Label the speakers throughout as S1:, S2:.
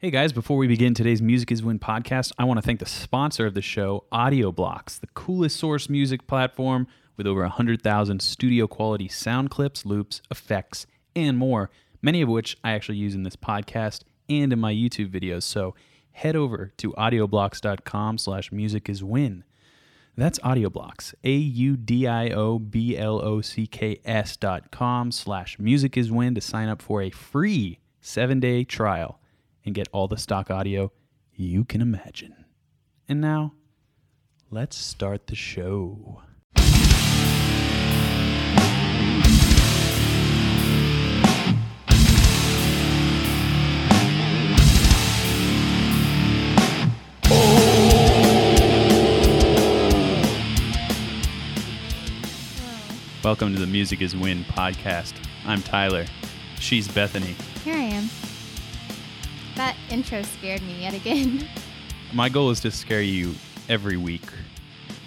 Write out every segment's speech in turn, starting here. S1: Hey guys, before we begin today's Music is Win podcast, I want to thank the sponsor of the show, AudioBlocks, the coolest source music platform with over 100,000 studio quality sound clips, loops, effects, and more, many of which I actually use in this podcast and in my YouTube videos. So head over to audioblocks.com slash music is win. That's Audioblocks, A-U-D-I-O-B-L-O-C-K-S dot com slash music is win to sign up for a free seven-day trial and get all the stock audio you can imagine. And now, let's start the show. Welcome to the Music is Win podcast. I'm Tyler. She's Bethany.
S2: Here I am. That intro scared me yet again.
S1: My goal is to scare you every week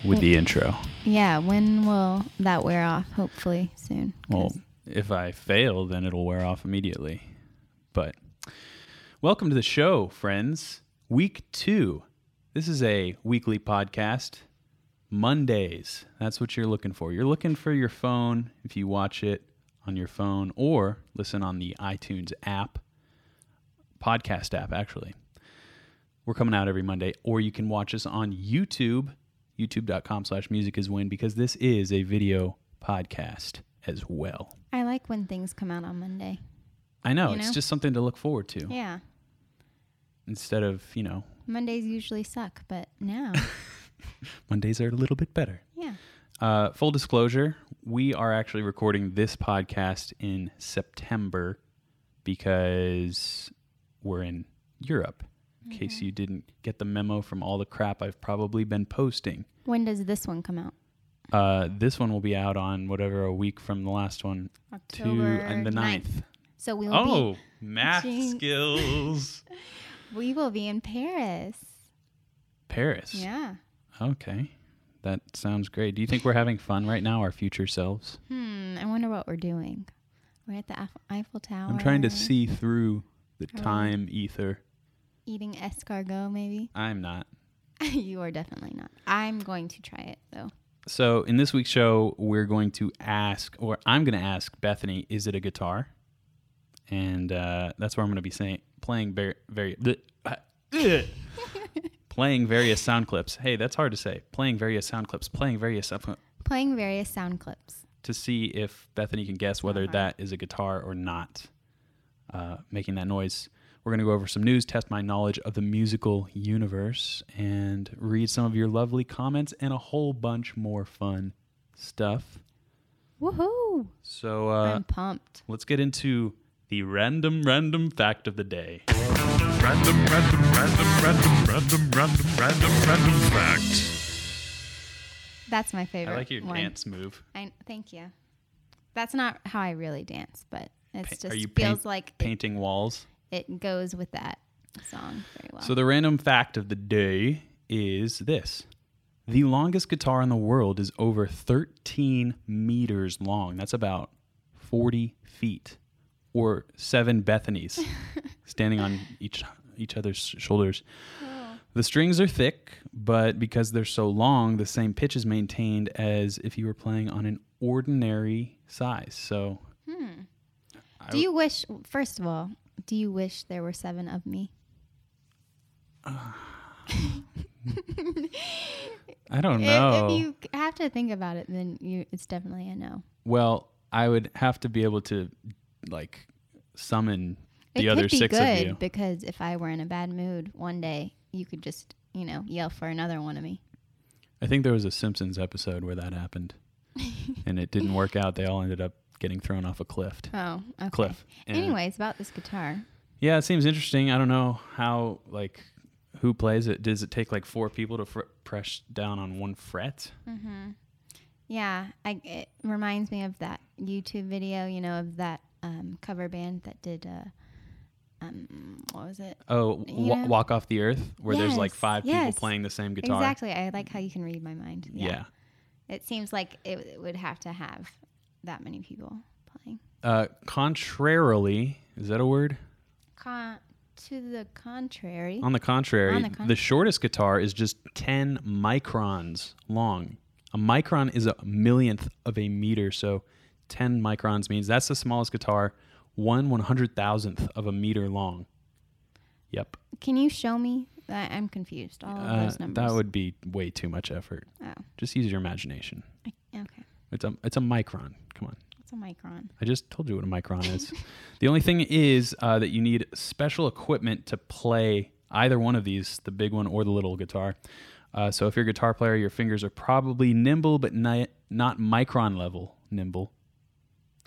S1: with the intro.
S2: Yeah, when will that wear off? Hopefully soon.
S1: Well,
S2: 'cause-
S1: if I fail, then it'll wear off immediately. But welcome to the show, friends. Week two. This is a weekly podcast. Mondays. That's what you're looking for. You're looking for your phone if you watch it on your phone or listen on the iTunes app, podcast app, actually. We're coming out every Monday, or you can watch us on YouTube, youtube.com slash music is win, because this is a video podcast as well.
S2: I like when things come out on Monday.
S1: I know,
S2: You
S1: it's
S2: know?
S1: just something to look forward to
S2: Yeah.
S1: instead of, you know,
S2: Mondays usually suck, but now,
S1: Mondays are a little bit better.
S2: yeah.
S1: Uh, full disclosure, we are actually recording this podcast in September because we're in Europe. In
S2: Mm-hmm.
S1: case you didn't get the memo from all the crap I've probably been posting,
S2: When does this one come out?
S1: uh, this one will be out on whatever a week from the last one to
S2: October
S1: and the
S2: 9th.
S1: 9th.
S2: So we will
S1: Oh, math
S2: Jing.
S1: skills.
S2: be we will be in Paris.
S1: Paris.
S2: Yeah.
S1: Okay. That sounds great. Do you think we're having fun right now, our future selves?
S2: Hmm. I wonder what we're doing. We're at the Eif- Eiffel Tower.
S1: I'm trying to see through the time ether.
S2: Eating escargot, maybe.
S1: I'm not.
S2: you are definitely not. I'm going to try it though.
S1: So, in this week's show, we're going to ask, or I'm going to ask Bethany, is it a guitar? And uh, that's where I'm going to be saying, playing very, very, playing various sound clips. Hey, that's hard to say. Playing various sound clips, playing various sound cli-
S2: Playing various sound clips.
S1: to see if Bethany can guess whether
S2: Uh-huh.
S1: that is a guitar or not, uh, making that noise. We're going to go over some news, test my knowledge of the musical universe, and read some of your lovely comments and a whole bunch more fun stuff.
S2: Woohoo!
S1: So uh,
S2: I'm pumped.
S1: let's get into the random, random fact of the day.
S3: Random, random, random, random, random, random, random, random fact.
S2: That's my favorite.
S1: I like your
S2: one.
S1: dance move.
S2: I thank you. That's not how I really dance, but it's
S1: Pa-
S2: just
S1: are you
S2: feels
S1: paint-
S2: like it,
S1: Painting walls.
S2: it goes with that song very well.
S1: So the random fact of the day is this. The longest guitar in the world is over 13 meters long. That's about 40 feet or seven Bethanies standing on each each other's shoulders. The strings are thick, but because they're so long, the same pitch is maintained as if you were playing on an ordinary size. So
S2: do you wish? First of all, do you wish there were seven of me?
S1: I don't
S2: If-
S1: know.
S2: If, you have to think about it, then you it's definitely a no.
S1: Well, I would have to be able to like summon the
S2: it
S1: other
S2: could be
S1: six
S2: good
S1: of you.
S2: because if I were in a bad mood one day, you could just you know yell for another one of me.
S1: I think there was a Simpsons episode where that happened, and it didn't work out. They all ended up getting thrown off a cliff.
S2: Oh, okay.
S1: Cliff. And-
S2: Anyways, about this guitar.
S1: Yeah, it seems interesting. I don't know how like who plays it. Does it take like four people to fr- press down on one fret?
S2: Yeah, I, it reminds me of that YouTube video, you know, of that um, cover band that did, uh, um, what was it?
S1: Oh, wa-
S2: Yeah.
S1: walk off the earth where there's like
S2: Yes,
S1: five people
S2: yes.
S1: playing the same guitar.
S2: Exactly. I like how you can read my mind.
S1: Yeah.
S2: It seems like it, w- it would have to have that many people playing.
S1: Uh, contrarily, is that a word?
S2: Con- To the contrary.
S1: On the contrary,
S2: On
S1: the,
S2: the con-
S1: shortest guitar is just 10 microns long. A micron is a millionth of a meter. So 10 microns means that's the smallest guitar, one one hundred thousandth of a meter long. Yep.
S2: Can you show me? I, I'm confused. All of
S1: Uh,
S2: those numbers.
S1: that would be way too much effort.
S2: Oh,
S1: Just use your imagination.
S2: I- okay.
S1: It's a, it's a micron. Come on.
S2: That's a micron.
S1: I just told you what a micron is. the only thing is uh, that you need special equipment to play either one of these, the big one or the little guitar. Uh, so if you're a guitar player, your fingers are probably nimble, but ni- not micron level nimble.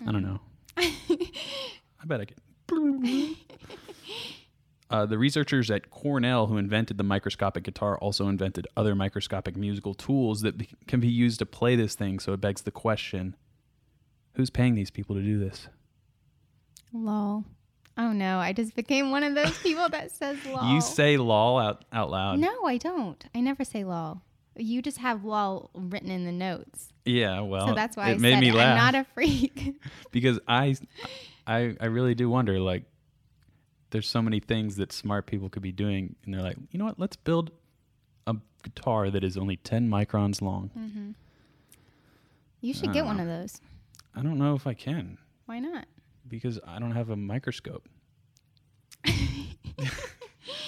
S1: I don't know. I bet I could. Uh, the researchers at Cornell who invented the microscopic guitar also invented other microscopic musical tools that be- can be used to play this thing. So it begs the question Who's paying these people to do this?
S2: Lol. Oh no, I just became one of those people that says lol.
S1: You say lol out, out loud.
S2: Oh. No, I don't. I never say lol. You just have lol written in the notes.
S1: Yeah, well,
S2: So that's why
S1: Oh, it
S2: I
S1: made
S2: said
S1: me
S2: it.
S1: laugh
S2: I'm not a freak.
S1: because I, I, I really do wonder. Like, there's so many things that smart people could be doing, and they're like, you know what? Let's build a guitar that is only 10 microns long.
S2: Mm. you should get one of those.
S1: I don't know if I can
S2: Why not?
S1: because I don't have a microscope. All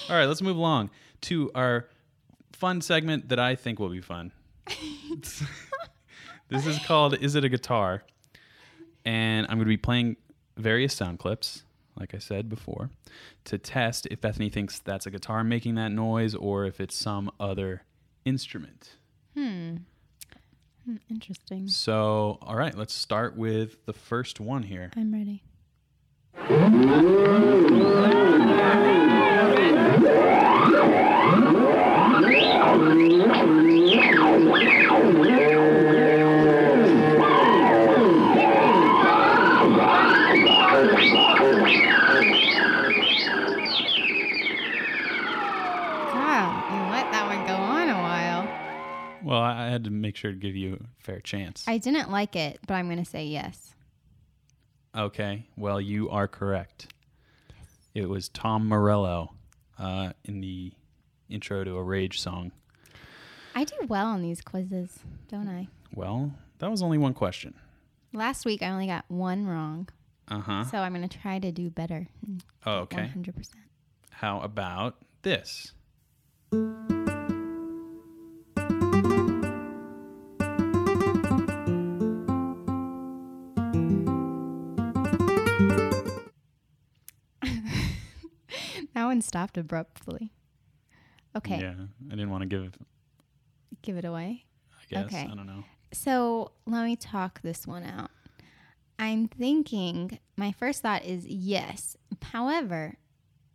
S1: right, let's move along to our fun segment that I think will be fun. this is called Is It a Guitar? And I'm going to be playing various sound clips, like I said before, to test if Bethany thinks that's a guitar making that noise or if it's some other instrument.
S2: Hmm, Interesting.
S1: So, all right, let's start with the first one here.
S2: I'm ready. Wow, you let that one go on a while.
S1: Well, I I had to make sure to give you a fair chance.
S2: I didn't like it, but I'm going to say yes.
S1: Okay. Well, you are correct. It was Tom Morello uh, in the intro to a Rage song.
S2: I do well on these quizzes, don't I?
S1: Well, that was only one question.
S2: Last week I only got one wrong,
S1: Uh huh.
S2: so I'm going to try to do better.
S1: Oh, okay.
S2: 100%.
S1: How about this?
S2: That one stopped abruptly. Okay,
S1: Yeah. I didn't want to give,
S2: give it away.
S1: I guess.
S2: Okay.
S1: I don't know.
S2: So let me talk this one out. I'm thinking, my first thought is yes. However,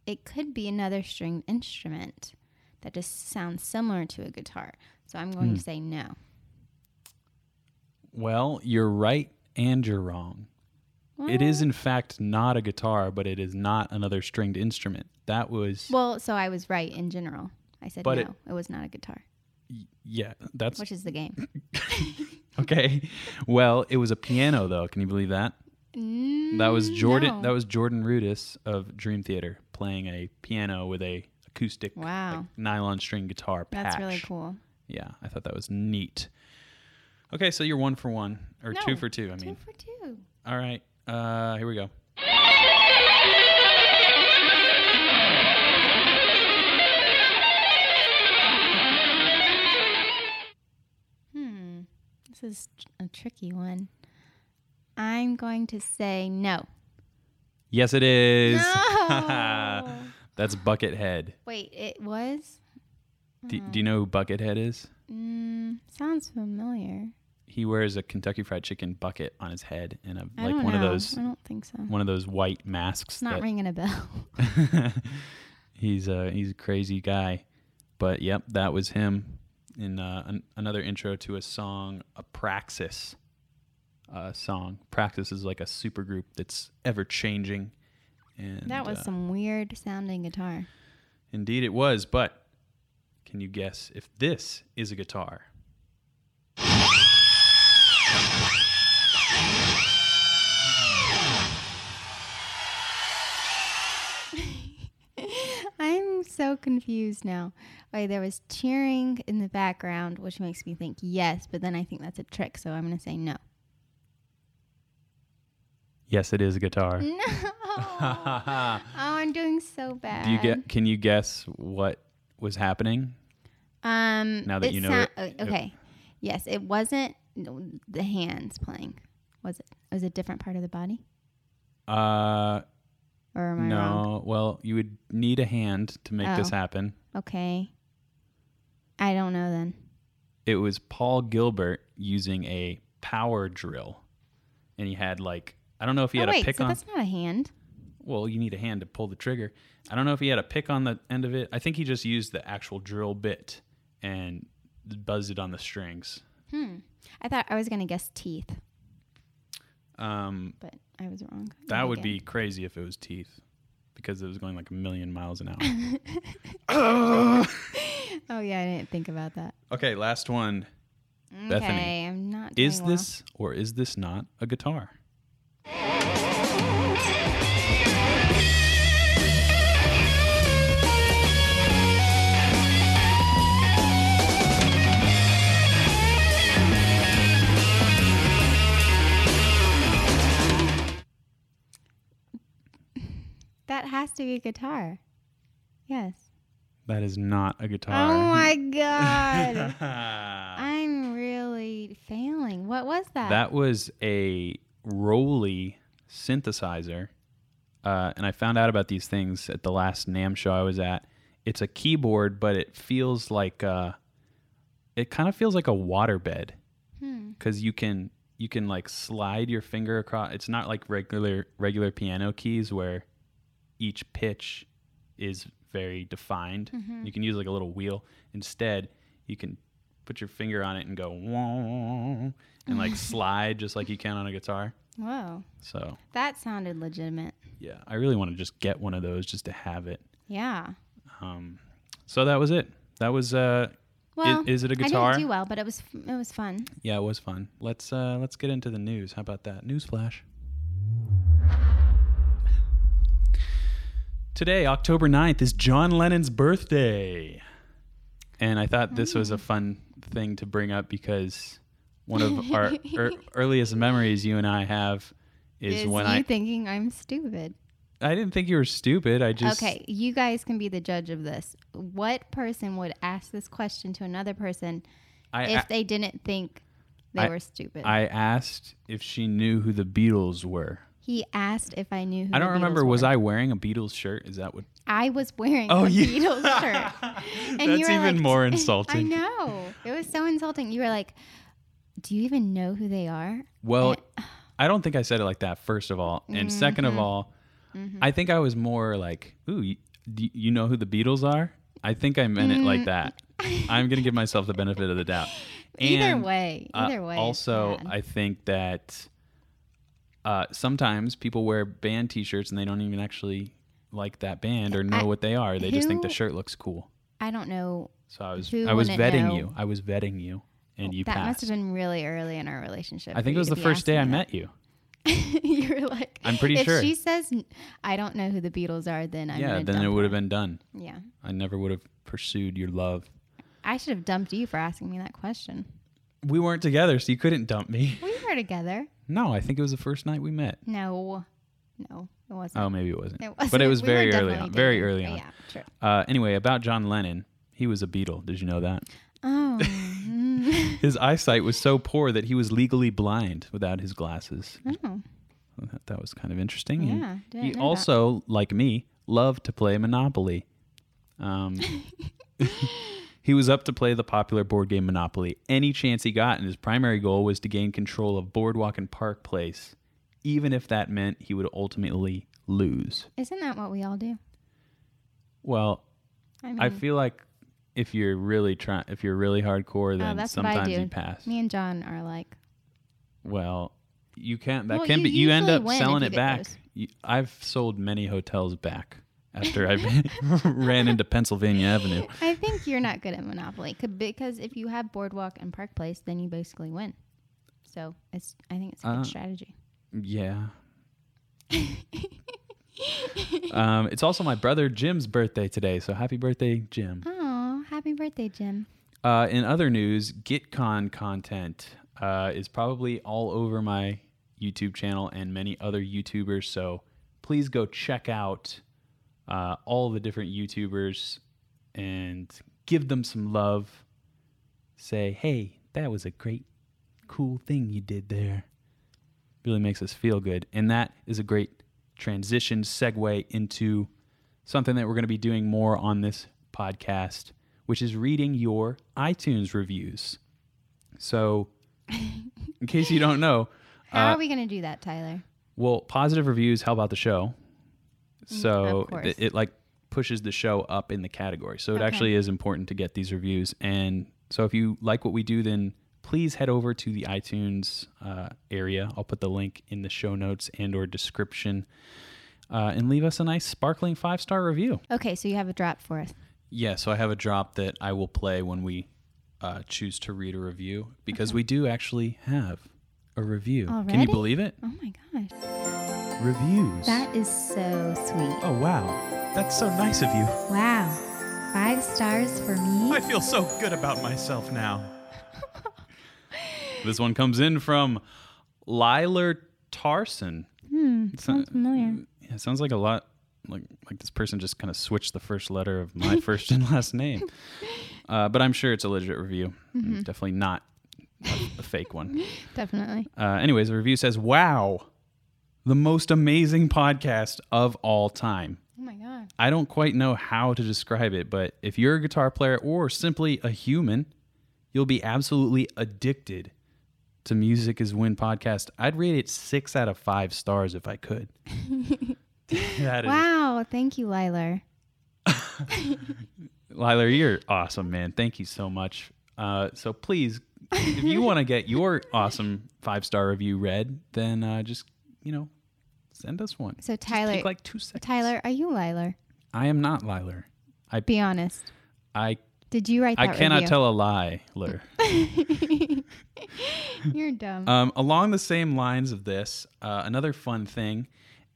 S2: it could be another stringed instrument that just sounds similar to a guitar. So I'm going
S1: Hmm.
S2: to say no.
S1: Well, you're right and you're wrong. It is,
S2: Mm.
S1: in fact, not a guitar, but it is not another stringed instrument. That was,
S2: Well, so I was right in general. I said
S1: But
S2: no,
S1: it-
S2: it, was not a guitar,
S1: yeah, that's
S2: which is the game.
S1: okay. Well, it was a piano, though. Can you believe that? That was Jordan.
S2: Mm, no.
S1: That was Jordan Rudis of Dream Theater playing a piano with a acoustic
S2: Wow.
S1: like, nylon string guitar. Patch.
S2: That's really cool.
S1: Yeah, I thought that was neat. Okay, so you're one for one or two
S2: No,
S1: for two. I
S2: Two
S1: mean,
S2: for two.
S1: all right. Uh, here we go.
S2: Hmm. This is tr- a tricky one. I'm going to say no.
S1: Yes, it is.
S2: No.
S1: That's Buckethead.
S2: Wait, it was?
S1: Do, do
S2: Uh-huh.
S1: you know who Buckethead is?
S2: Mm, sounds familiar.
S1: He wears a Kentucky Fried Chicken bucket on his head and a,
S2: I
S1: like
S2: don't
S1: one of
S2: know.
S1: those
S2: I don't think so.
S1: one of those white masks.
S2: It's not
S1: that-
S2: ringing a bell.
S1: he's a he's a crazy guy, but yep, that was him in uh, an, another intro to a song, a Praxis uh, song. Praxis is like a super group that's ever changing, and
S2: that was
S1: uh,
S2: some weird sounding guitar.
S1: indeed it was. But can you guess if this is a guitar?
S2: so confused now. Wait, there was cheering in the background, which makes me think yes, but then I think that's a trick, so I'm going to say no.
S1: Yes, it is a guitar.
S2: No. oh, I'm doing so bad.
S1: Do you get? Can you guess what was happening?
S2: Um,
S1: Now that
S2: it
S1: you know
S2: sou-
S1: it,
S2: o-
S1: it-
S2: Okay. Yes, it wasn't no, the hands playing, was it? It was a different part of the body,
S1: Uh,
S2: or am I
S1: no.
S2: wrong?
S1: Well, you would need a hand to make this
S2: Oh.
S1: happen.
S2: Okay. I don't know then.
S1: It was Paul Gilbert using a power drill, and he had like I don't know if he
S2: oh
S1: had
S2: wait,
S1: a pick
S2: so
S1: on.
S2: that's not a hand.
S1: Well, you need a hand to pull the trigger. I don't know if he had a pick on the end of it. I think he just used the actual drill bit and buzzed it on the strings.
S2: Hmm. I thought I was gonna guess teeth,
S1: Um,
S2: but I was wrong.
S1: that would be crazy if it was teeth, because it was going like a million miles an hour.
S2: Oh yeah, I didn't think about that.
S1: Okay, last one.
S2: Okay,
S1: Bethany,
S2: I'm not.
S1: Is
S2: doing well.
S1: this or is this not a guitar?
S2: that has to be a guitar? Yes.
S1: That is not a
S2: Oh
S1: guitar.
S2: my god,
S1: that
S2: I'm really failing. What was that?
S1: was a Roly synthesizer. Uh, and I found out about these things at the last NAM show I was at. It's a keyboard, but it feels like uh, it kind of feels like a waterbed
S2: Hmm.
S1: because you can you can like slide your finger across. It's not like regular regular piano keys where each pitch is very defined.
S2: Mm-hmm.
S1: You can use like a little wheel. Instead, you can put your finger on it and go "Wah," and like slide just like you can on a guitar.
S2: Whoa,
S1: So
S2: that sounded legitimate.
S1: yeah, I really want to just get one of those just to have it.
S2: Yeah.
S1: Um, so that was it. That was uh,
S2: Well,
S1: is it a
S2: I
S1: guitar?
S2: didn't do well, but it was f- it was fun.
S1: yeah, it was fun. Let's uh, let's get into the news. How about that news flash? Today, October 9th, is John Lennon's birthday. And I thought this
S2: Mm.
S1: was a fun thing to bring up because one of our ear earliest memories you and I have is,
S2: Is
S1: when
S2: you
S1: I
S2: thinking I'm stupid?
S1: I didn't think you were stupid. I just
S2: okay, you guys can be the judge of this. What person would ask this question to another person
S1: I,
S2: if they didn't think they
S1: I-
S2: were stupid?
S1: I asked if she knew who the Beatles were.
S2: he asked if I knew. Who
S1: I don't
S2: the
S1: remember.
S2: Beatles
S1: Was
S2: were.
S1: I wearing a Beatles shirt? Is that what?
S2: I was wearing
S1: Oh,
S2: a
S1: you-
S2: Beatles shirt. And you
S1: That's
S2: were
S1: even
S2: like-
S1: more
S2: I
S1: insulting.
S2: know it was so insulting. You were like, "Do you even know who they are?"
S1: Well, I don't think I said it like that. First of all, and
S2: Mm-hmm.
S1: second of all, I think I was more like, "Ooh, you, do you know who the Beatles are?" I think I meant it
S2: Mm.
S1: like that. I'm gonna give myself the benefit of the doubt. And,
S2: either way,
S1: uh,
S2: either way. it's
S1: also,
S2: bad.
S1: I think that uh, sometimes people wear band T-shirts and they don't even actually like that band or know
S2: I-
S1: what they are. They just think the
S2: who-
S1: shirt looks cool.
S2: I don't know.
S1: So I was
S2: Who
S1: I was
S2: wouldn't
S1: vetting
S2: know?
S1: you. I was vetting you, and you
S2: that
S1: passed.
S2: must have been really early in our relationship.
S1: I think it was the first day I met you.
S2: you were like,
S1: I'm pretty
S2: if
S1: sure.
S2: she says n- I don't know who the Beatles are, then I'm
S1: yeah,
S2: gonna
S1: then it
S2: dump
S1: would have
S2: her."
S1: been done.
S2: Yeah,
S1: I never would have pursued your love.
S2: I should have dumped you for asking me that question.
S1: We weren't together, so you couldn't dump me.
S2: We were together.
S1: No, I think it was the first night we met.
S2: No, no, it wasn't.
S1: Oh, maybe it wasn't.
S2: it wasn't.
S1: But it was
S2: We were
S1: very early
S2: definitely
S1: on. Very
S2: dating.
S1: early
S2: But
S1: on.
S2: Yeah, true.
S1: Uh, anyway, about John Lennon, he was a Beatle. Did you know that?
S2: Oh, mm,
S1: His eyesight was so poor that he was legally blind without his glasses.
S2: oh,
S1: I thought that was kind of interesting. And
S2: Yeah, didn't
S1: he
S2: know that.
S1: also, like me, loved to play Monopoly. Um, he was up to play the popular board game Monopoly any chance he got, and his primary goal was to gain control of Boardwalk and Park Place, even if that meant he would ultimately lose.
S2: isn't that what we all do?
S1: Well,
S2: I mean,
S1: I feel like if you're really trying, if you're really hardcore,
S2: oh,
S1: then
S2: that's what I
S1: sometimes
S2: do.
S1: you pass.
S2: Me and John are like,
S1: Well, you can't. That
S2: Well,
S1: can
S2: you
S1: be. You end
S2: usually
S1: up
S2: win if
S1: selling
S2: you
S1: it
S2: get
S1: back.
S2: those.
S1: You, I've sold many hotels back after I ran into Pennsylvania Avenue.
S2: I think you're not good at Monopoly c- because if you have Boardwalk and Park Place, then you basically win. So it's, I think it's a good
S1: Uh,
S2: strategy.
S1: Yeah. Um, it's also my brother Jim's birthday today, so happy birthday, Jim.
S2: Oh, happy birthday, Jim.
S1: Uh, in other news, GitCon content uh, is probably all over my YouTube channel and many other YouTubers. So please go check out uh, all the different YouTubers and give them some love. Say, hey, that was a great, cool thing you did there. Really makes us feel good. And that is a great transition segue into something that we're going to be doing more on this podcast, which is reading your iTunes reviews. So, in case you don't know,
S2: How
S1: Uh,
S2: are we going to do that, Tyler?
S1: well, positive reviews help out the show. So
S2: Mm, of course.
S1: it, it like pushes the show up in the category. So it
S2: Okay.
S1: actually is important to get these reviews. And so if you like what we do, then please head over to the iTunes uh, area. I'll put the link in the show notes and or description. Uh, and leave us a nice sparkling five star review.
S2: Okay, so you have a drop for us.
S1: Yeah, so I have a drop that I will play when we uh, choose to read a review because we do actually have a review. Can you
S2: Already?
S1: believe it?
S2: Oh my gosh.
S1: Reviews.
S2: That is so sweet.
S1: Oh, wow. That's so nice of you.
S2: Wow. Five stars for me.
S3: I feel so good about myself now.
S1: This one comes in from Lilar Tarson.
S2: Sounds familiar.
S1: Yeah, it sounds like a lot like like this person just kind of switched the first letter of my first and last name. Uh, but I'm sure it's a legit review. Definitely not a, a fake one.
S2: Definitely.
S1: Uh, anyways, the review says, "Wow, the most amazing podcast of all time."
S2: Oh my god.
S1: I don't quite know how to describe it, but if you're a guitar player or simply a human, you'll be absolutely addicted to Music is Win podcast. I'd rate it six out of five stars if I could. that is,
S2: Wow. Thank you, Lilar.
S1: Lila, you're awesome, man. Thank you so much. Uh, so please, if you want to get your awesome five star review read, then uh, just, you know, send us one.
S2: So
S1: Just
S2: Tyler-
S1: take like two seconds.
S2: Tyler, are you Lilar?
S1: I am not Lila. I,
S2: Be honest.
S1: I,
S2: Did you write
S1: I
S2: that
S1: cannot
S2: review?
S1: tell a lie, Lur.
S2: You're dumb.
S1: Um, along the same lines of this, uh, another fun thing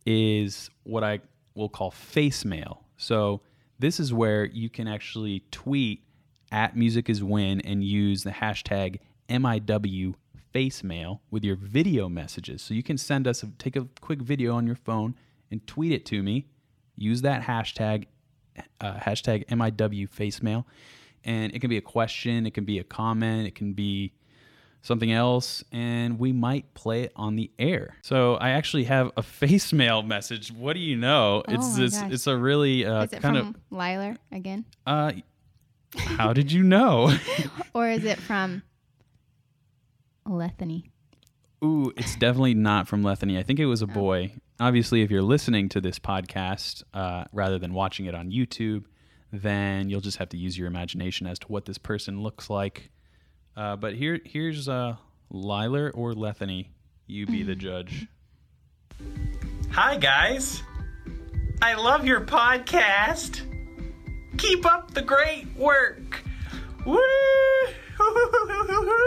S1: is what I will call face mail. So this is where you can actually tweet at Music Is Win and use the hashtag MIW face mail with your video messages. So you can send us a, take a quick video on your phone and tweet it to me. Use that hashtag uh, hashtag MIW face mail, and it can be a question, it can be a comment, it can be something else, and we might play it on the air. So I actually have a face mail message. What do you know? it's
S2: Oh my
S1: this.
S2: gosh.
S1: It's a really uh,
S2: is it
S1: kind
S2: from Lilar again?
S1: of. Uh, how did you know?
S2: Or is it from Lethany?
S1: Ooh, it's definitely not from Lethany. I think it was a boy. Obviously, if you're listening to this podcast uh, rather than watching it on YouTube, then you'll just have to use your imagination as to what this person looks like. Uh, but here, here's uh, Lilar or Lethany. You be the judge.
S4: Hi, guys. I love your podcast. Keep up the great work. Woo!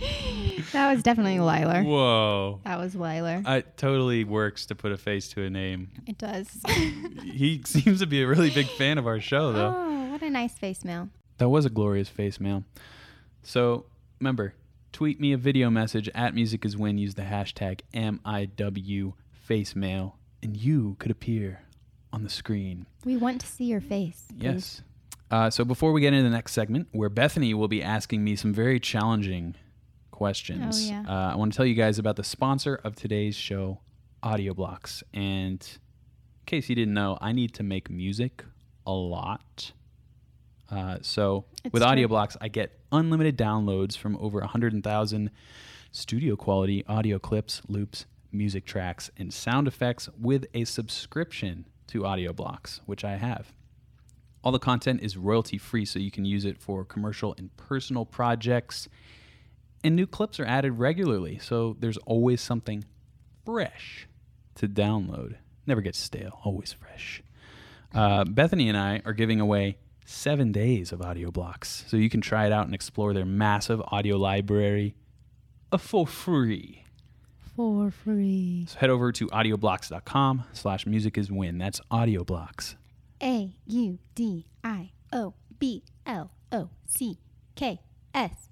S2: That was definitely Lilar.
S1: Whoa.
S2: That was Lilar.
S1: It totally works to put a face to a name.
S2: It does.
S1: He seems to be a really big fan of our show, though.
S2: oh, what a nice face mail.
S1: That was a glorious face mail. So remember, tweet me a video message at Music Is Win. Use the hashtag MIW face mail, and you could appear on the screen.
S2: We want to see your face.
S1: Yes. Uh, so before we get into the next segment, where Bethany will be asking me some very challenging questions,
S2: Oh, yeah.
S1: uh, I want to tell you guys about the sponsor of today's show, AudioBlocks. And in case you didn't know, I need to make music a lot. Uh, so
S2: It's
S1: with
S2: true.
S1: AudioBlocks, I get unlimited downloads from over 100,000 studio quality audio clips, loops, music tracks, and sound effects with a subscription to AudioBlocks, which I have. All the content is royalty free, so you can use it for commercial and personal projects. And new clips are added regularly, so there's always something fresh to download. Never gets stale, always fresh. Uh, Bethany and I are giving away seven days of audio blocks, so you can try it out and explore their massive audio library uh, for free.
S2: for free.
S1: So head over to audioblocks.com slash music is win. That's audioblocks.
S2: A U D I O B L O C K S.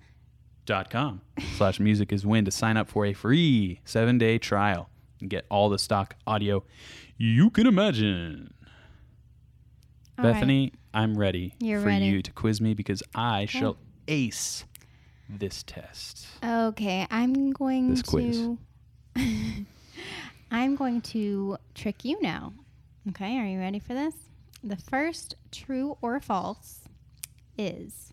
S1: dot com slash music is win to sign up for a free seven day trial and get all the stock audio you can imagine.
S2: All right.
S1: Bethany, I'm ready
S2: You're
S1: for
S2: ready.
S1: you to quiz me because I shall ace this test.
S2: Okay, I'm going
S1: This
S2: to.
S1: quiz.
S2: I'm going to trick you now. Okay, are you ready for this? The first true or false is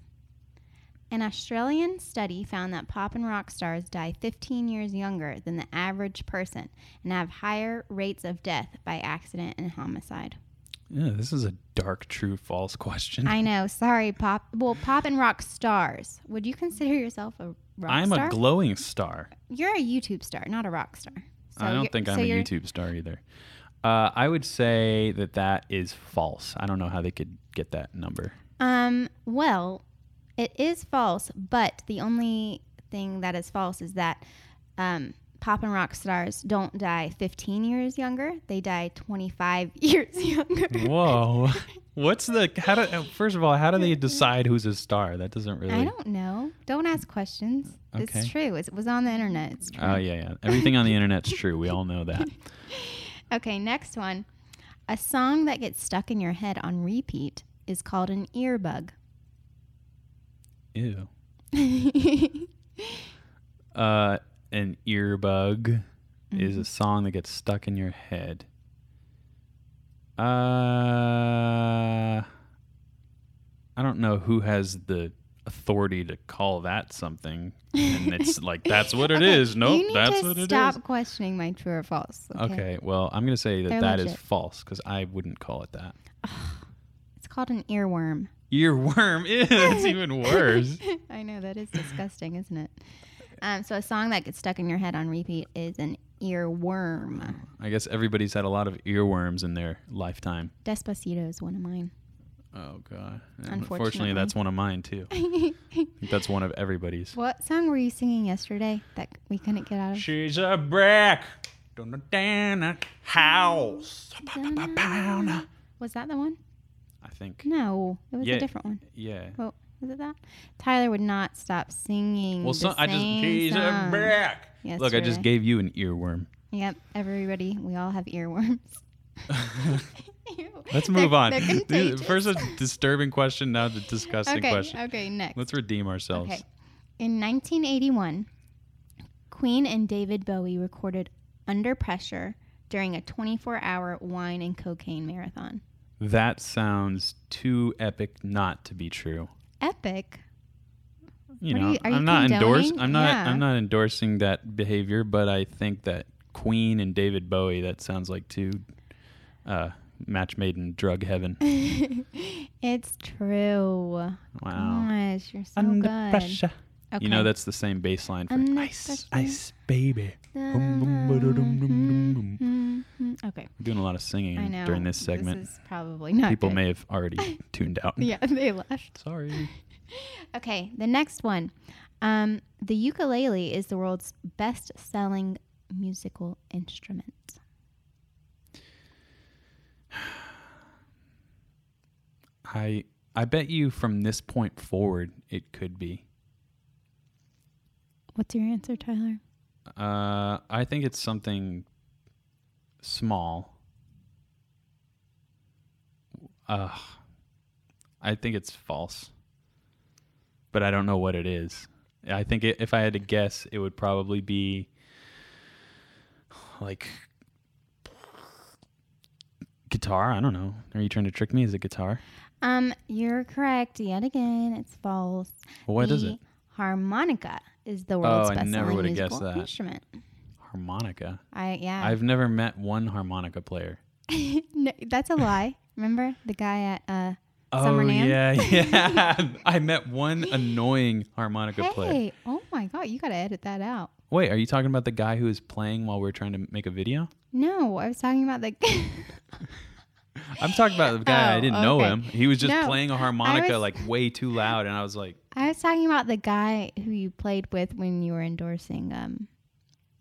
S2: an Australian study found that pop and rock stars die 15 years younger than the average person and have higher rates of death by accident and homicide.
S1: Yeah, this is a dark true false question.
S2: I know. Sorry, pop. Well, pop and rock stars. Would you consider yourself a rock
S1: I'm
S2: star?
S1: a glowing star.
S2: You're a YouTube star, not a rock star. So
S1: I don't
S2: you're-
S1: think I'm
S2: so
S1: a
S2: you're-
S1: YouTube star either. Uh, I would say that that is false. I don't know how they could get that number.
S2: Um, well, it is false, but the only thing that is false is that um, pop and rock stars don't die 15 years younger; they die 25 years younger.
S1: Whoa. What's the how do uh, first of all, how do they decide who's a star? That doesn't really
S2: I don't know. Don't ask questions.
S1: Okay.
S2: It's true. It was on the internet. It's true.
S1: Oh yeah, yeah. Everything on the internet's true. We all know that.
S2: Okay, next one. A song that gets stuck in your head on repeat is called an earbug.
S1: Ew. Uh an earbug is a
S2: Mm-hmm.
S1: song that gets stuck in your head. Uh I don't know who has the authority to call that something. And it's like that's what it
S2: Okay,
S1: is. Nope,
S2: you need
S1: that's
S2: to
S1: what it is.
S2: stop questioning my true or false. Okay.
S1: Okay, well, I'm going to say that
S2: They're
S1: that is
S2: legit.
S1: false because I wouldn't call it that.
S2: It's called an earworm.
S1: Earworm is it's even worse.
S2: I know that is disgusting, isn't it? Um, so a song that gets stuck in your head on repeat is an earworm.
S1: I guess everybody's had a lot of earworms in their lifetime.
S2: Despacito is one of mine.
S1: Oh god.
S2: Unfortunately.
S1: that's one of mine too. I think that's one of everybody's.
S2: What song were you singing yesterday that we couldn't get out of?
S1: She's a brick. Dun-dun-dun-dun. House. Ba-ba-ba-bown.
S2: Was that the one?
S1: I think.
S2: No, it was
S1: Yeah.
S2: a different one.
S1: Yeah.
S2: Well, was it that? Tyler would not stop singing.
S1: Well,
S2: the
S1: so, I just.
S2: same
S1: She's a
S2: song.
S1: brick. Look, I just
S2: yesterday.
S1: gave you an earworm.
S2: Yep, everybody, we all have earworms. Ew.
S1: Let's
S2: They're-
S1: move on.
S2: they're
S1: These-
S2: contagious.
S1: First, a disturbing question, now the disgusting
S2: okay,
S1: question.
S2: okay, next.
S1: Let's redeem ourselves.
S2: Okay. In 1981, Queen and David Bowie recorded Under Pressure during a 24 hour wine and cocaine marathon.
S1: That sounds too epic not to be true.
S2: Epic.
S1: You
S2: What are
S1: know,
S2: you- are you
S1: I'm not endorsing.
S2: condoning?
S1: I'm not.
S2: Yeah.
S1: I'm not endorsing that behavior, but I think that Queen and David Bowie. That sounds like two uh, match made in drug heaven.
S2: It's true.
S1: Wow.
S2: Gosh, you're Oh, so
S1: Under
S2: good.
S1: pressure.
S2: Okay.
S1: You know that's the same bass line for
S2: Under
S1: Ice,
S2: pressure.
S1: Ice Baby. Boom, boom, ba-da-dum, dum, dum, dum.
S2: Mhm. Okay.
S1: We're doing a lot of singing
S2: I know.
S1: during this segment.
S2: This is probably not
S1: People
S2: good.
S1: may have already tuned out.
S2: Yeah, they left.
S1: Sorry.
S2: Okay, the next one. Um, the ukulele is the world's best selling musical instrument.
S1: I I bet you from this point forward it could be.
S2: What's your answer, Tyler?
S1: Uh, I think it's something small. Uh, I think it's false, but I don't know what it is. I think it, if I had to guess, it would probably be like guitar. I don't know. Are you trying to trick me? Is it guitar?
S2: Um, you're correct yet again. It's false.
S1: What is
S2: The
S1: it? Oh,
S2: Harmonica is the world's
S1: I
S2: best
S1: never
S2: selling
S1: would've guessed
S2: musical
S1: that.
S2: instrument.
S1: Harmonica.
S2: I yeah.
S1: I've never met one harmonica player.
S2: No, that's a lie. Remember the guy at uh
S1: Oh
S2: Summer Nam?
S1: yeah, yeah. I met one annoying harmonica
S2: Hey,
S1: player.
S2: oh my god, you gotta edit that out.
S1: Wait, are you talking about the guy who was playing while we were trying to make a video?
S2: No, I was talking about the
S1: I'm talking about the guy. I
S2: Oh,
S1: didn't know
S2: okay.
S1: him. He was just
S2: No,
S1: playing a
S2: I
S1: harmonica
S2: was-
S1: like way too loud, and I was like,
S2: I was talking about the guy who you played with when you were endorsing um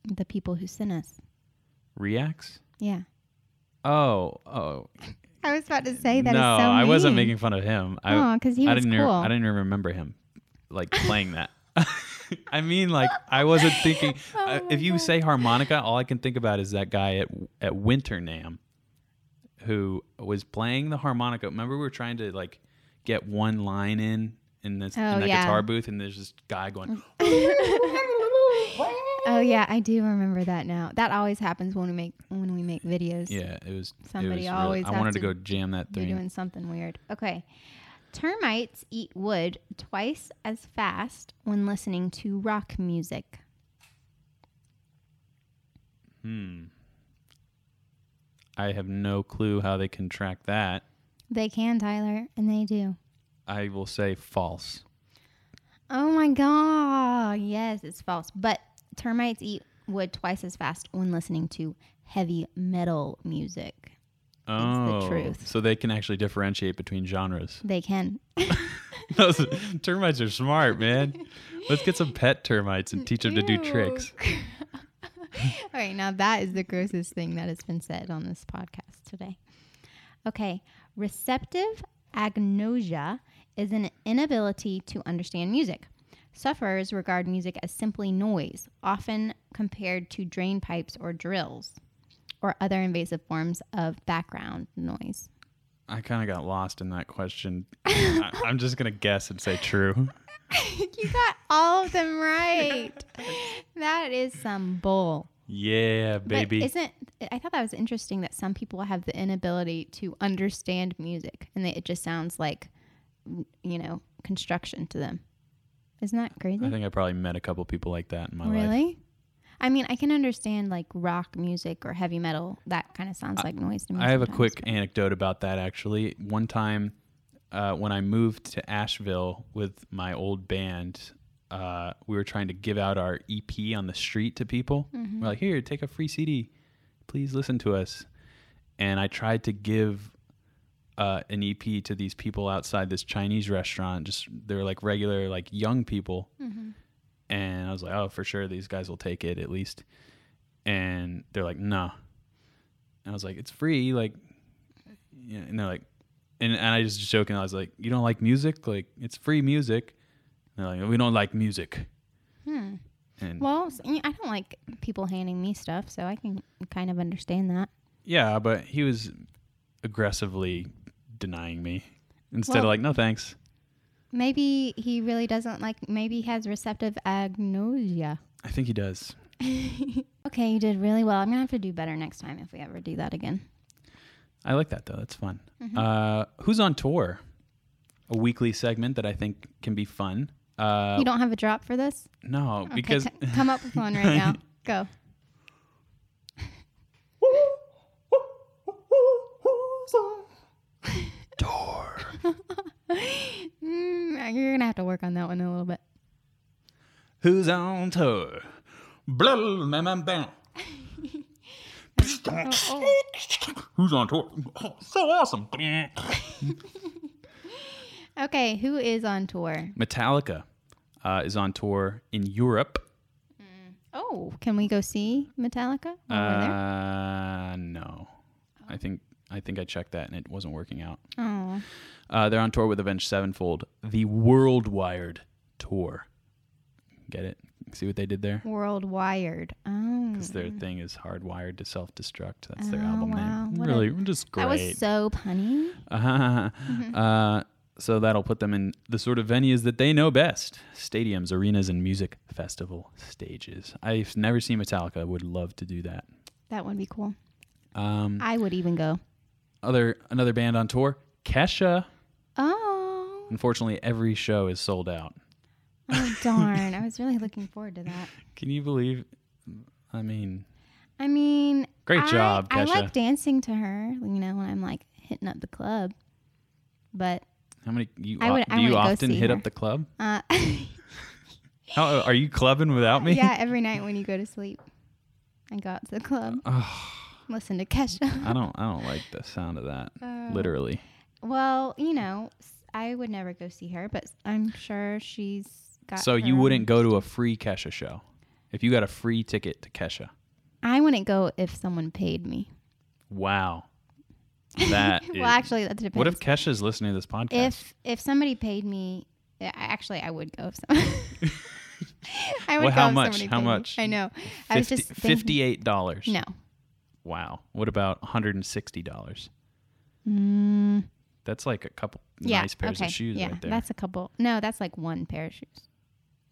S2: The people who sent us.
S1: Reacts?
S2: Yeah.
S1: Oh, oh.
S2: I was about to say that is
S1: no,
S2: so
S1: I wasn't
S2: mean.
S1: making fun of him.
S2: Aw,
S1: I
S2: 'cause he
S1: I
S2: was
S1: didn't
S2: cool.
S1: I didn't remember him like playing that. I mean, like I wasn't thinking. uh,
S2: Oh
S1: if you say harmonica, all I can think about is that guy at at Winternam who was playing the harmonica. Remember, we were trying to like get one line in in this
S2: Oh,
S1: in that
S2: yeah.
S1: guitar booth, and there's this guy going.
S2: Oh yeah, I do remember that now. That always happens when we make when we make videos.
S1: Yeah, it was. it
S2: Somebody
S1: was
S2: always
S1: Really, I
S2: has
S1: wanted to
S2: to
S1: go jam that
S2: You're
S1: thing.
S2: doing something weird. Okay. Termites eat wood twice as fast when listening to rock music.
S1: I have no clue how they can track that.
S2: They can, Tyler, and they do.
S1: I will say false.
S2: Oh my god. Yes, it's false. But termites eat wood twice as fast when listening to heavy metal music.
S1: Oh,
S2: It's the truth.
S1: So they can actually differentiate between genres.
S2: They can.
S1: Those termites are smart, man. Let's get some pet termites and teach them to do
S2: Ew.
S1: tricks.
S2: All right, now that is the grossest thing that has been said on this podcast today. Okay, receptive agnosia is an inability to understand music. Sufferers regard music as simply noise, often compared to drain pipes or drills or other invasive forms of background noise.
S1: I kind of got lost in that question. I, I'm just gonna guess and say true.
S2: you got all of them right. that is some bull.
S1: Yeah, baby.
S2: But isn't I thought that was interesting that some people have the inability to understand music and they, it just sounds like you know construction to them. Isn't that
S1: I
S2: crazy?
S1: think I probably met a couple people like that in my life.
S2: Really? I mean, I can understand like rock music or heavy metal. That kind of sounds like noise to me.
S1: I have a
S2: sometimes.
S1: quick anecdote about that actually. One time uh, when I moved to Asheville with my old band, uh, we were trying to give out our EP on the street to people.
S2: Mm-hmm.
S1: We're like, here, take a free CD. Please listen to us. And I tried to give uh, an EP to these people outside this Chinese restaurant. Just they were like regular, like young people.
S2: Mm-hmm.
S1: And I was like, oh, for sure, these guys will take it at least. And they're like, no. And I was like, it's free. Like, yeah. and they're like, and, and I just joking. I was like, you don't like music? Like, it's free music. And they're like, we don't like music. Mm. And
S2: Hmm. Well, s- I don't like people handing me stuff, so I can kind of understand that.
S1: yeah, but he was aggressively denying me instead of
S2: Well-
S1: like, no, thanks.
S2: Maybe he really doesn't like. Maybe he has receptive agnosia.
S1: I think he does.
S2: Okay, you did really well. I'm gonna have to do better next time if we ever do that again.
S1: I like that though. That's fun.
S2: Mm-hmm.
S1: Uh, who's on tour? A weekly segment that I think can be fun. Uh,
S2: you don't have a drop for this?
S1: no,
S2: Okay,
S1: because
S2: c- come up with one right now. Go. Mm, you're gonna have to work on that one a little bit.
S1: who's on tour? Blah, blah, blah, blah, blah. Who's on tour? Oh, so awesome.
S2: Okay, who is on tour?
S1: Metallica uh, is on tour in Europe.
S2: Oh, can we go see Metallica? while Oh, we're there?
S1: Uh, no, I think I think I checked that and it wasn't working out.
S2: Oh,
S1: Uh, they're on tour with Avenged Sevenfold, the Worldwide tour. Get it? See what they did there?
S2: World Wired. Oh,
S1: Because their thing is hardwired to self-destruct. That's their
S2: Oh,
S1: album
S2: wow.
S1: name.
S2: What a-
S1: really, just great.
S2: that was so punny.
S1: Uh-huh. uh, so that'll put them in the sort of venues that they know best stadiums, arenas, and music festival stages. I've never seen Metallica. I would love to do that.
S2: That would be cool.
S1: Um,
S2: I would even go.
S1: other Another band on tour, Kesha.
S2: Oh,
S1: Unfortunately, every show is sold out.
S2: oh darn! I was really looking forward to that.
S1: Can you believe? I mean,
S2: I mean,
S1: Great
S2: I-
S1: job,
S2: I
S1: Kesha.
S2: like dancing to her, you know, when I'm like hitting up the club. But
S1: how many you
S2: I would- I
S1: do you
S2: wanna go
S1: often
S2: see
S1: hit
S2: her.
S1: up the club?
S2: uh,
S1: How are you clubbing without me?
S2: yeah, every night when you go to sleep, I go out to the club, listen to Kesha.
S1: I don't. I don't like the sound of that.
S2: Uh,
S1: Uh, literally.
S2: well, you know, s- I would never go see her, but I'm sure she's got.
S1: So
S2: her
S1: you
S2: own-
S1: wouldn't go to a free Kesha show if you got a free ticket to Kesha?
S2: I wouldn't go if someone paid me.
S1: Wow. That is-
S2: well, actually, that depends.
S1: What if Kesha's listening to this podcast?
S2: if if somebody paid me, eh, I- actually, I would go. If someone, I would
S1: Well,
S2: go.
S1: how
S2: if
S1: much?
S2: somebody
S1: How
S2: paid me.
S1: much?
S2: I know. I was just thinking-
S1: fifty-eight dollars.
S2: No,
S1: Wow. What about one hundred and sixty dollars? That's like a couple
S2: yeah,
S1: Mm, nice pairs
S2: okay,
S1: of shoes
S2: yeah,
S1: right there.
S2: that's a couple. No, that's like one pair of shoes.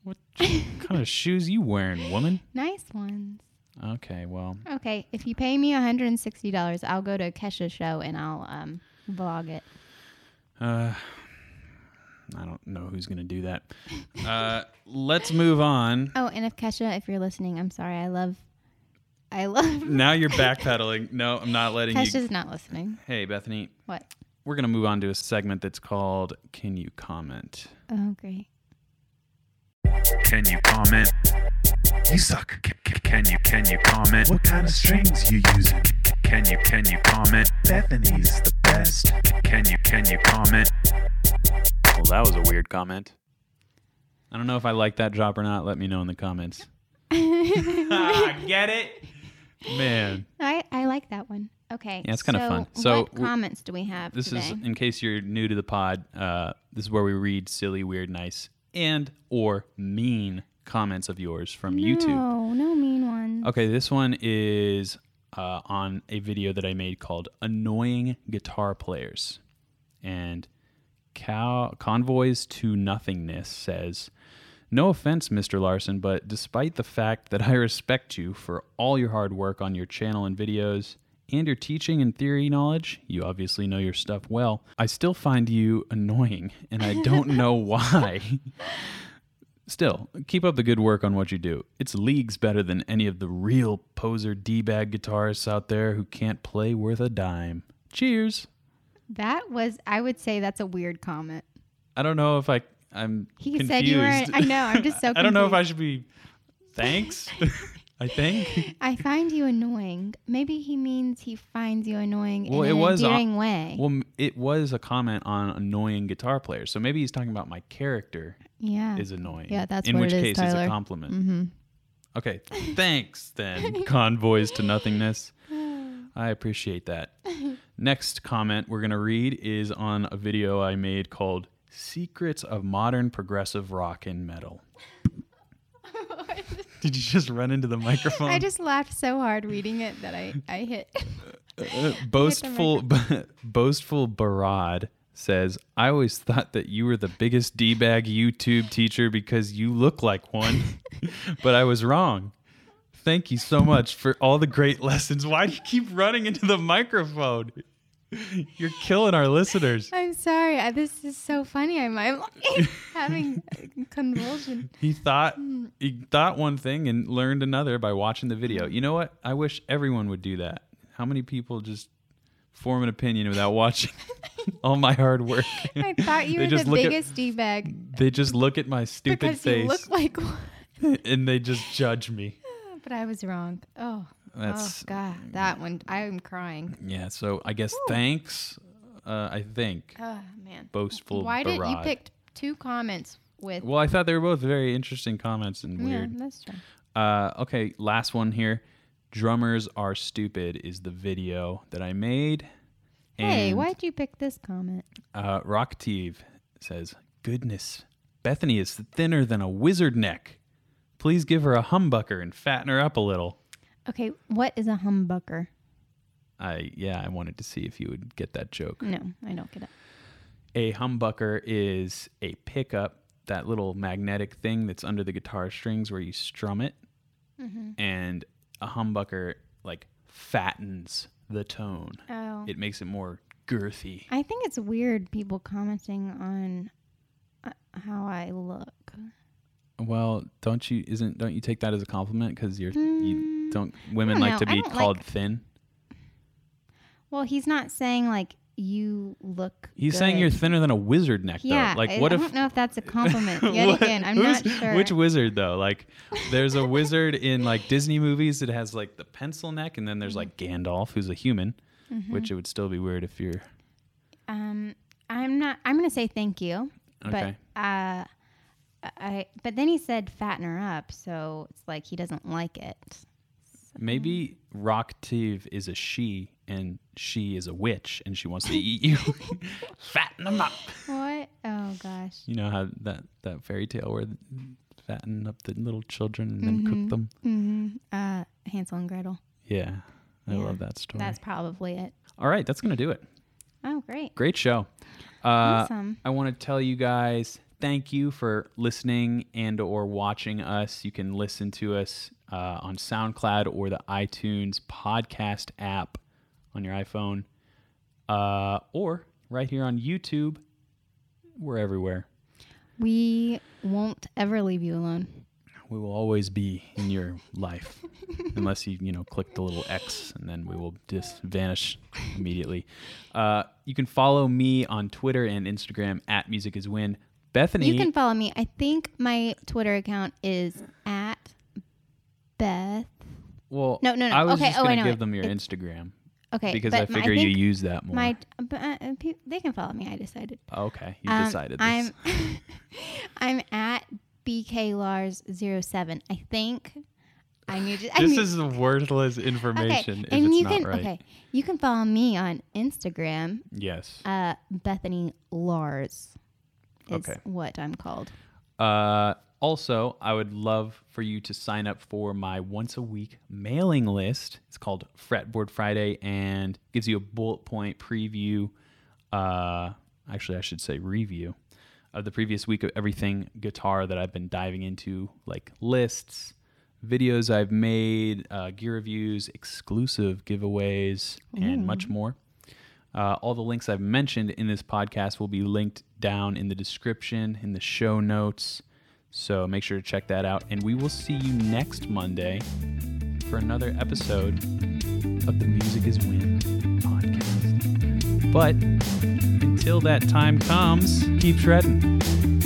S1: What kind of shoes you wearing, woman?
S2: Nice ones.
S1: Okay, well,
S2: Okay, if you pay me one hundred and sixty dollars, I'll go to Kesha's show and I'll um vlog it.
S1: uh, I don't know who's gonna do that. Uh, let's move on.
S2: Oh, and if Kesha, if you're listening, I'm sorry. I love, I love.
S1: Now you're backpedaling. No, I'm not letting you.
S2: Kesha's not listening.
S1: Hey, Bethany,
S2: What?
S1: we're gonna move on to a segment that's called "Can You Comment."
S2: Oh, great.
S3: Can you comment? You suck. C- c- Can you can you comment? What kind of strings you using? C- Can you can you comment? Bethany's the best. C- Can you can you comment?
S1: Well, that was a weird comment. I don't know if I like that drop or not. Let me know in the comments.
S4: Ah, get it?
S1: Man,
S2: I, I like that one. Okay.
S1: Yeah, it's kinda
S2: so
S1: fun. So
S2: what
S1: w-
S2: comments do we have
S1: this
S2: today?
S1: is in case you're new to the pod. Uh, this is where we read silly, weird, nice, and or mean comments of yours from YouTube. Oh.
S2: No, no mean ones.
S1: Okay, this one is uh, on a video that I made called "Annoying Guitar Players," and Cow- Convoys to Nothingness says, "No offense, Mr. Larson, but despite the fact that I respect you for all your hard work on your channel and videos." And your teaching and theory knowledge, you obviously know your stuff well. I still find you annoying, and I don't know why. Still, keep up the good work on what you do. It's leagues better than any of the real poser D bag guitarists out there who can't play worth a dime. Cheers.
S2: That was, I would say that's a weird comment.
S1: I don't know if I I'm
S2: He
S1: confused.
S2: said you were, I know, I'm just so
S1: I don't know if I should be thanks. I think.
S2: I find you annoying. Maybe he means he finds you annoying
S1: Well,
S2: in
S1: it
S2: an
S1: was uh, on-
S2: endearing way.
S1: Well, m- it was a comment on annoying guitar players. So maybe he's talking about my character
S2: yeah.
S1: is annoying.
S2: Yeah, that's
S1: in
S2: what
S1: which
S2: it is,
S1: case it's a
S2: Tyler. Mm-hmm.
S1: compliment. Okay, thanks then, convoys to nothingness. I appreciate that. Next comment we're gonna read is on a video I made called "Secrets of Modern Progressive Rock and Metal." Did you just run into the microphone?
S2: I just laughed so hard reading it that I, I hit.
S1: Uh, boastful boastful barad says i always thought that you were the biggest d-bag youtube teacher because you look like one but i was wrong thank you so much for all the great lessons why do you keep running into the microphone you're killing our listeners
S2: I'm sorry. I, this is so funny. I'm, I'm like having a convulsion.
S1: he thought he thought one thing and learned another by watching the video you know what i wish everyone would do that how many people just form an opinion without watching all my hard work
S2: I thought you
S1: They
S2: were
S1: just
S2: the
S1: look at-
S2: biggest D bag
S1: They just look at my stupid
S2: because
S1: face
S2: you look like one.
S1: and they just judge me.
S2: But I was wrong. Oh,
S1: That's
S2: oh God, that one. I'm crying.
S1: yeah. So I guess thanks. Uh, I think
S2: Oh man.
S1: boastful.
S2: Why did you
S1: Barad.
S2: pick two comments with?
S1: Well, I thought they were both very interesting comments and
S2: yeah,
S1: weird.
S2: that's true.
S1: Uh, okay, last one here. Drummers are stupid is the video that I made.
S2: hey,
S1: And,
S2: why'd you pick this comment?
S1: Uh, Rocktiv says, "Goodness, Bethany is thinner than a wizard neck. Please give her a humbucker and fatten her up a little."
S2: Okay, what is a humbucker?
S1: I yeah, I wanted to see if you would get that joke.
S2: No, I don't get it.
S1: A humbucker is a pickup, that little magnetic thing that's under the guitar strings where you strum it.
S2: Mm-hmm.
S1: And a humbucker like fattens the tone.
S2: Oh,
S1: It makes it more girthy.
S2: I think it's weird people commenting on uh, how I look.
S1: Well, don't you isn't don't you take that as a compliment cuz you're
S2: Hmm.
S1: you don't women
S2: Mm. I don't
S1: like to
S2: know. I
S1: be
S2: don't
S1: called
S2: like-
S1: thin?
S2: Well, he's not saying like you look.
S1: He's saying you're
S2: good.
S1: thinner than a wizard neck
S2: yeah.
S1: though. Like
S2: I,
S1: what
S2: I
S1: if
S2: don't know if that's a compliment. Yet
S1: What-
S2: again, I'm
S1: who's-
S2: not sure.
S1: Which wizard though? Like, there's a wizard in like Disney movies that has like the pencil neck, and then there's like
S2: Mm-hmm.
S1: Gandalf, who's a human, which it would still be weird if you're.
S2: Um, I'm not. I'm gonna say thank you,
S1: Okay.
S2: but uh, I, but then he said fatten her up, so it's like he doesn't like it.
S1: Maybe Rocktiv is a she and she is a witch and she wants to eat you. fatten them up.
S2: What? Oh gosh.
S1: You know how that, that fairy tale where th- fatten up the little children and then cook them?
S2: Mm-hmm. Uh, Hansel and Gretel.
S1: Yeah. I
S2: Yeah.
S1: love that story.
S2: That's probably it.
S1: All right, that's going to do it.
S2: Oh, great.
S1: Great show. Uh,
S2: Awesome.
S1: I want to tell you guys thank you for listening and or watching us. You can listen to us uh, on SoundCloud or the iTunes podcast app on your iPhone, uh, or right here on YouTube. We're everywhere.
S2: We won't ever leave you alone.
S1: We will always be in your life, unless you you know click the little X, and then we will just vanish immediately. Uh, you can follow me on Twitter and Instagram at Music Is Win. Bethany,
S2: You can follow me. I think my Twitter account is at Beth.
S1: Well,
S2: No, no, no.
S1: I was
S2: Okay,
S1: just
S2: oh, I
S1: gonna
S2: know
S1: give
S2: it.
S1: them your
S2: It's-
S1: Instagram
S2: Okay,
S1: because
S2: but
S1: I
S2: my-
S1: figure you
S2: think
S1: use that more.
S2: my but, uh, pe- they can follow me. I decided.
S1: okay, you
S2: Um,
S1: decided this.
S2: I'm I'm at BK Lars 07 I think I need to. I
S1: this
S2: need-
S1: is worthless information if it's
S2: you
S1: not
S2: can
S1: right.
S2: okay. You can follow me on Instagram.
S1: Yes.
S2: Uh, Bethany Lars is
S1: Okay.
S2: what I'm called.
S1: Uh, also, I would love for you to sign up for my once a week mailing list. It's called Fretboard Friday and gives you a bullet point preview. Uh, actually, I should say review of the previous week of everything guitar that I've been diving into, like lists, videos I've made, uh, gear reviews, exclusive giveaways, and much more. Uh, all the links I've mentioned in this podcast will be linked down in the description, in the show notes. So make sure to check that out. And we will see you next Monday for another episode of the Music is Win podcast. But until that time comes, keep shredding.